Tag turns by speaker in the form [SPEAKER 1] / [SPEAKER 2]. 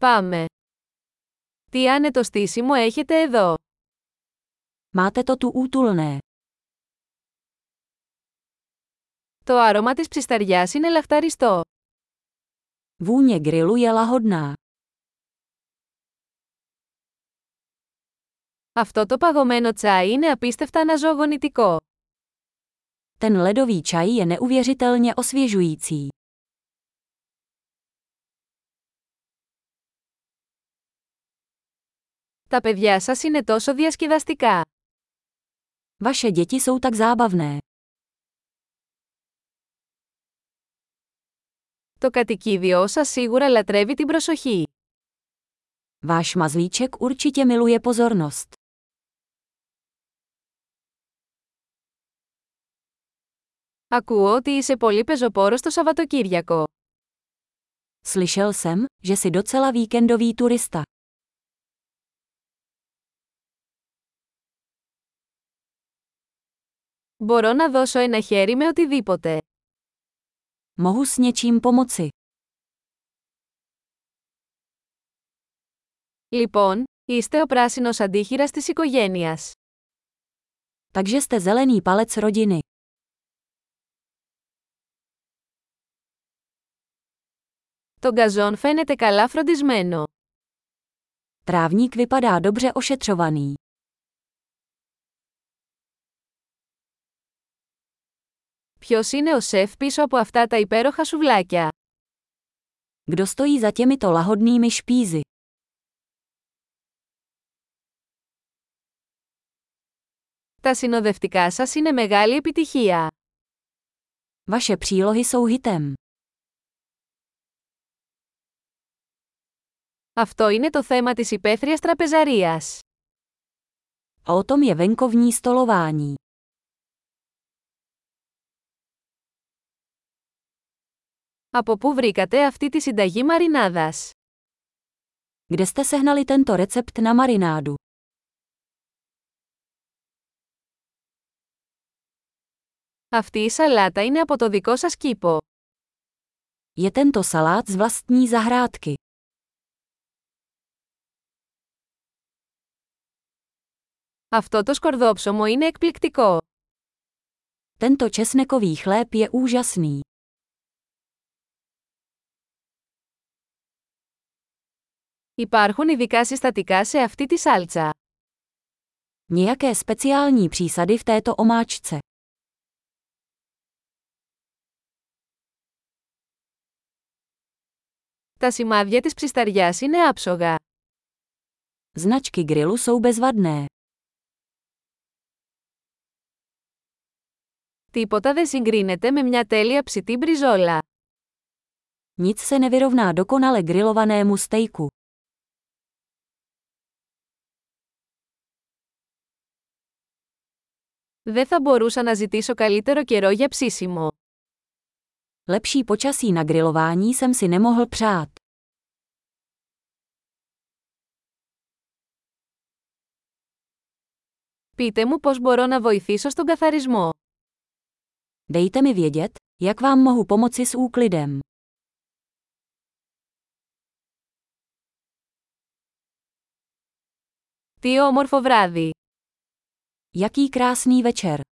[SPEAKER 1] Πάμε. Τι άνετο στήσιμο έχετε εδώ.
[SPEAKER 2] Máte to tu útulné.
[SPEAKER 1] Το άρωμα της ψισταριάς είναι λαχταριστό.
[SPEAKER 2] Vůně grilu je lahodná.
[SPEAKER 1] Αυτό το παγωμένο τσάι είναι απίστευτα αναζωογονητικό.
[SPEAKER 2] Ten ledový čaj je neuvěřitelně osvěžující.
[SPEAKER 1] Τα παιδιά σας είναι τόσο διασκεδαστικά.
[SPEAKER 2] Vaše děti jsou tak zábavné.
[SPEAKER 1] Το κατοικίδιό σας σίγουρα λατρεύει την προσοχή.
[SPEAKER 2] Váš mazlíček určitě miluje pozornost.
[SPEAKER 1] Ακούω ότι είσαι πολύ πεζοπόρος το Σαββατοκύριακο.
[SPEAKER 2] Slyšel jsem, že jsi docela víkendový turista.
[SPEAKER 1] Μπορώ να δώσω ένα χέρι με οτιδήποτε.
[SPEAKER 2] Mohu s něčím pomoci.
[SPEAKER 1] Λοιπόν, είστε ο πράσινος αντίχειρας της οικογένειας.
[SPEAKER 2] Takže jste zelený palec rodiny.
[SPEAKER 1] Το γκαζόν φαίνεται καλά φροντισμένο.
[SPEAKER 2] Trávník vypadá dobře ošetřovaný.
[SPEAKER 1] Ποιος είναι ο σεφ πίσω από αυτά τα υπέροχα σουβλάκια.
[SPEAKER 2] Kdo stojí za těmito lahodnými špízy?
[SPEAKER 1] Τα συνοδευτικά σας είναι μεγάλη επιτυχία.
[SPEAKER 2] Vaše přílohy jsou hitem.
[SPEAKER 1] Αυτό είναι το θέμα της υπαίθριας τραπεζαρίας.
[SPEAKER 2] A o tom je venkovní stolování.
[SPEAKER 1] Από πού βρήκατε αυτή τη συνταγή μαρινάδας.
[SPEAKER 2] Kde jste sehnali tento recept na marinádu?
[SPEAKER 1] Αυτή η σαλάτα είναι από το δικό σας κήπο.
[SPEAKER 2] Je tento salát z vlastní zahrádky.
[SPEAKER 1] Αυτό το σκορδόψωμο είναι εκπληκτικό.
[SPEAKER 2] Tento česnekový chléb je úžasný.
[SPEAKER 1] Υπάρχουν ειδικά συστατικά σε αυτή τη σάλτσα.
[SPEAKER 2] Nějaké speciální přísady v této omáčce.
[SPEAKER 1] Τα σημάδια της ψισταριάς είναι άψογα.
[SPEAKER 2] Značky grilu jsou bezvadné.
[SPEAKER 1] Τίποτα δεν συγκρίνεται με μια τέλεια ψητή μπριζόλα.
[SPEAKER 2] Nic se nevyrovná dokonale grilovanému stejku.
[SPEAKER 1] Δεν θα μπορούσα να ζητήσω καλύτερο καιρό για ψήσιμο.
[SPEAKER 2] Lepší počasí na grilování jsem si nemohl přát.
[SPEAKER 1] Πείτε μου πώς μπορώ να βοηθήσω στον καθαρισμό.
[SPEAKER 2] Dejte mi vědět, jak vám mohu pomoci s úklidem.
[SPEAKER 1] Τι όμορφο βράδυ!
[SPEAKER 2] Jaký krásný večer.